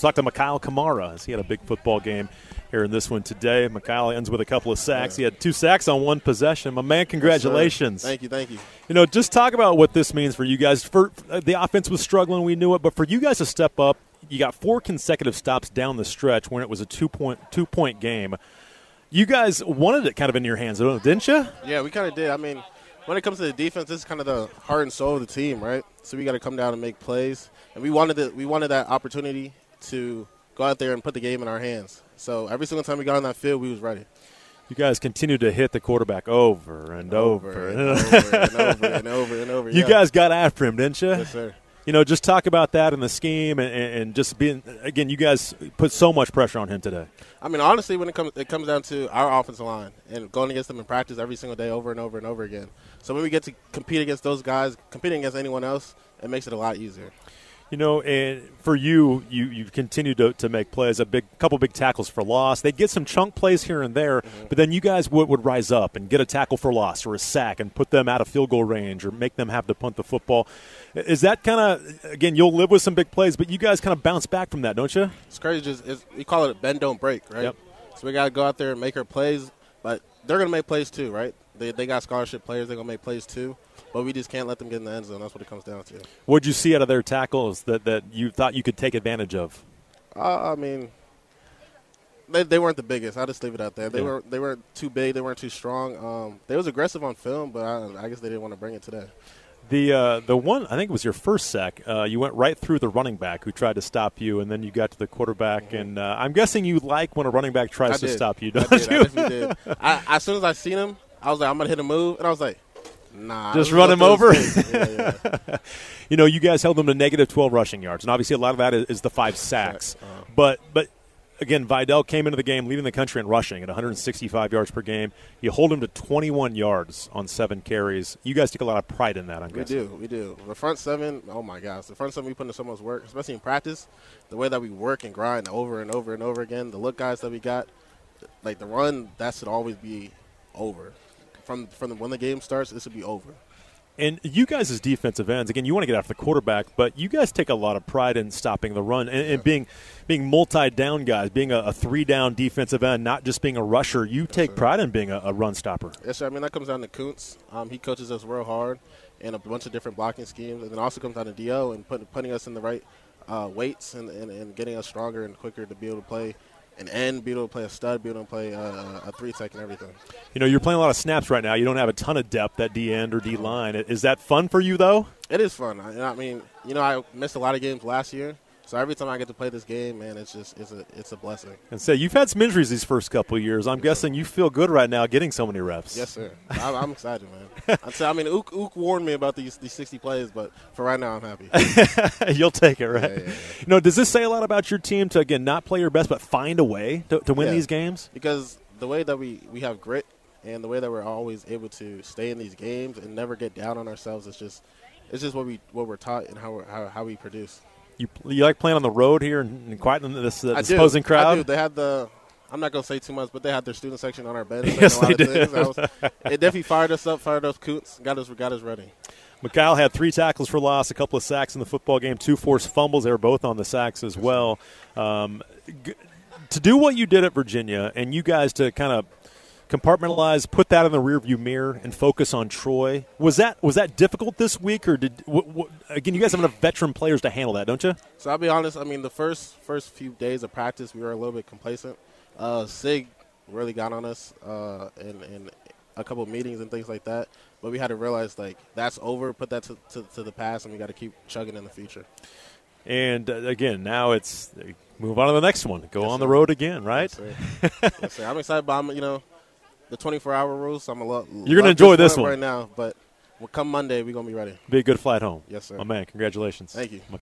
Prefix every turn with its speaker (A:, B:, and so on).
A: Let's talk to Mikhail Kamara as he had a big football game here in this one today. Mikhail ends with a couple of sacks. He had two sacks on one possession. My man, congratulations.
B: Thank you, thank you.
A: You know, just talk about what this means for you guys. For uh, the offense was struggling, we knew it, but for you guys to step up, you got four consecutive stops down the stretch when it was a two point two point game. You guys wanted it kind of in your hands, didn't you?
B: Yeah, we kind of did. I mean, when it comes to the defense, this is kind of the heart and soul of the team, right? So we got to come down and make plays, and we wanted the, we wanted that opportunity to go out there and put the game in our hands. So every single time we got on that field, we was ready.
A: You guys continued to hit the quarterback over and over.
B: and over and over and over and over.
A: you
B: yeah.
A: guys got after him, didn't you?
B: yes, sir.
A: you know, just talk about that and the scheme and, and and just being again. You guys put so much pressure on him today.
B: I mean, honestly, when it comes it comes down to our offensive line and going against them in practice every single day, over and over and over again. So when we get to compete against those guys, competing against anyone else, it makes it a lot easier.
A: You know, and for you, you you've continued to, to make plays. A big couple big tackles for loss. They'd get some chunk plays here and there, but then you guys would, would rise up and get a tackle for loss or a sack and put them out of field goal range or make them have to punt the football. Is that kind of again? You'll live with some big plays, but you guys kind of bounce back from that, don't you?
B: It's crazy. Just it's, we call it bend don't break, right?
A: Yep.
B: So we gotta go out there and make our plays, but they're gonna make plays too, right? They they got scholarship players. They're gonna make plays too, but we just can't let them get in the end zone. That's what it comes down to.
A: What'd you see out of their tackles that, that you thought you could take advantage of?
B: Uh, I mean, they, they weren't the biggest. I'll just leave it out there. They
A: Yeah.
B: were they weren't too big. They weren't too strong. Um, they was aggressive on film, but I, I guess they didn't want to bring it today.
A: The uh, the one I think it was your first sack. Uh, you went right through the running back who tried to stop you, and then you got to the quarterback. And uh, I'm guessing you like when a running back tries
B: Mm-hmm. I
A: to
B: did.
A: stop you,
B: I
A: don't
B: did. I
A: you?
B: definitely did. I, as soon as I seen him, I was like, I'm gonna hit a move, and I was like, Nah,
A: Just
B: let's
A: run
B: go
A: him
B: through
A: over.
B: his face. yeah, yeah.
A: you know, you guys held them to negative 12 rushing yards, and obviously a lot of that is, is the five sacks.
B: Uh-huh.
A: But but again, Vidal came into the game leading the country in rushing at 165 yards per game. You hold him to 21 yards on seven carries. You guys take a lot of pride in that. I'm
B: We
A: guessing.
B: do, we do. The front seven, oh my gosh, the front seven we put into so much work, especially in practice, the way that we work and grind over and over and over again, the look guys that we got, like the run, that should always be over. From from the, when the game starts, it should be over.
A: And you guys as defensive ends, again, you want to get after the quarterback, but you guys take a lot of pride in stopping the run and, and being being multi down guys, being a, a three down defensive end, not just being a rusher. You take pride in being a, a run stopper.
B: Yes, sir. I mean that comes down to Kuntz. Um, he coaches us real hard and a bunch of different blocking schemes, and then also comes down to Do and putting putting us in the right uh, weights and, and, and getting us stronger and quicker to be able to play an end, be able to play a stud, be able to play uh, a three tech and everything.
A: You know, you're playing a lot of snaps right now. You don't have a ton of depth at D end or D line. Is that fun for you though?
B: It is fun. I, and I mean, you know, I missed a lot of games last year, so every time I get to play this game, man, it's just it's a it's a blessing.
A: And say you've had some injuries these first couple of years. I'm guessing you feel good right now getting so many reps.
B: Yes, sir. I'm, I'm excited, man. I, tell, I mean, Ook, Ook warned me about these these 60 plays, but for right now, I'm happy.
A: You'll take it, right?
B: Yeah, yeah, yeah.
A: You know, does this say a lot about your team to again not play your best but find a way to, to win
B: Yeah.
A: these games?
B: because the way that we we have grit and the way that we're always able to stay in these games and never get down on ourselves is just it's just what we what we're taught and how we're, how, how we produce.
A: You, you like playing on the road here and, and quiet in this, uh,
B: I
A: this
B: do.
A: opposing
B: I
A: crowd?
B: do. They had the. I'm not gonna say too much, but they had their student section on our bench.
A: Yes,
B: saying a lot
A: they did.
B: of things. I was- it definitely fired us up, fired us coots, got us got us ready.
A: Mikhail had three tackles for loss, a couple of sacks in the football game, two forced fumbles. They were both on the sacks as well. Um, g- to do what you did at Virginia and you guys to kind of compartmentalize, put that in the rearview mirror and focus on Troy, was that was that difficult this week? Or did wh- wh- again, you guys have enough veteran players to handle that, don't you?
B: So I'll be honest. I mean, the first first few days of practice, we were a little bit complacent. Uh, Sig really got on us uh, in, in a couple of meetings and things like that. But we had to realize like that's over. Put that to, to, to the past, and we got to keep chugging in the future.
A: And uh, again, now it's uh, move on to the next one, go
B: Yes,
A: on the
B: sir.
A: road again, right?
B: So, yes, sir. I'm excited, but I'm you know the 24 hour rule. So I'm a lot.
A: You're gonna enjoy this one.
B: right now, but well, come Monday, we're gonna be ready.
A: Be a good flight home.
B: Yes, sir.
A: My man, congratulations.
B: Thank you.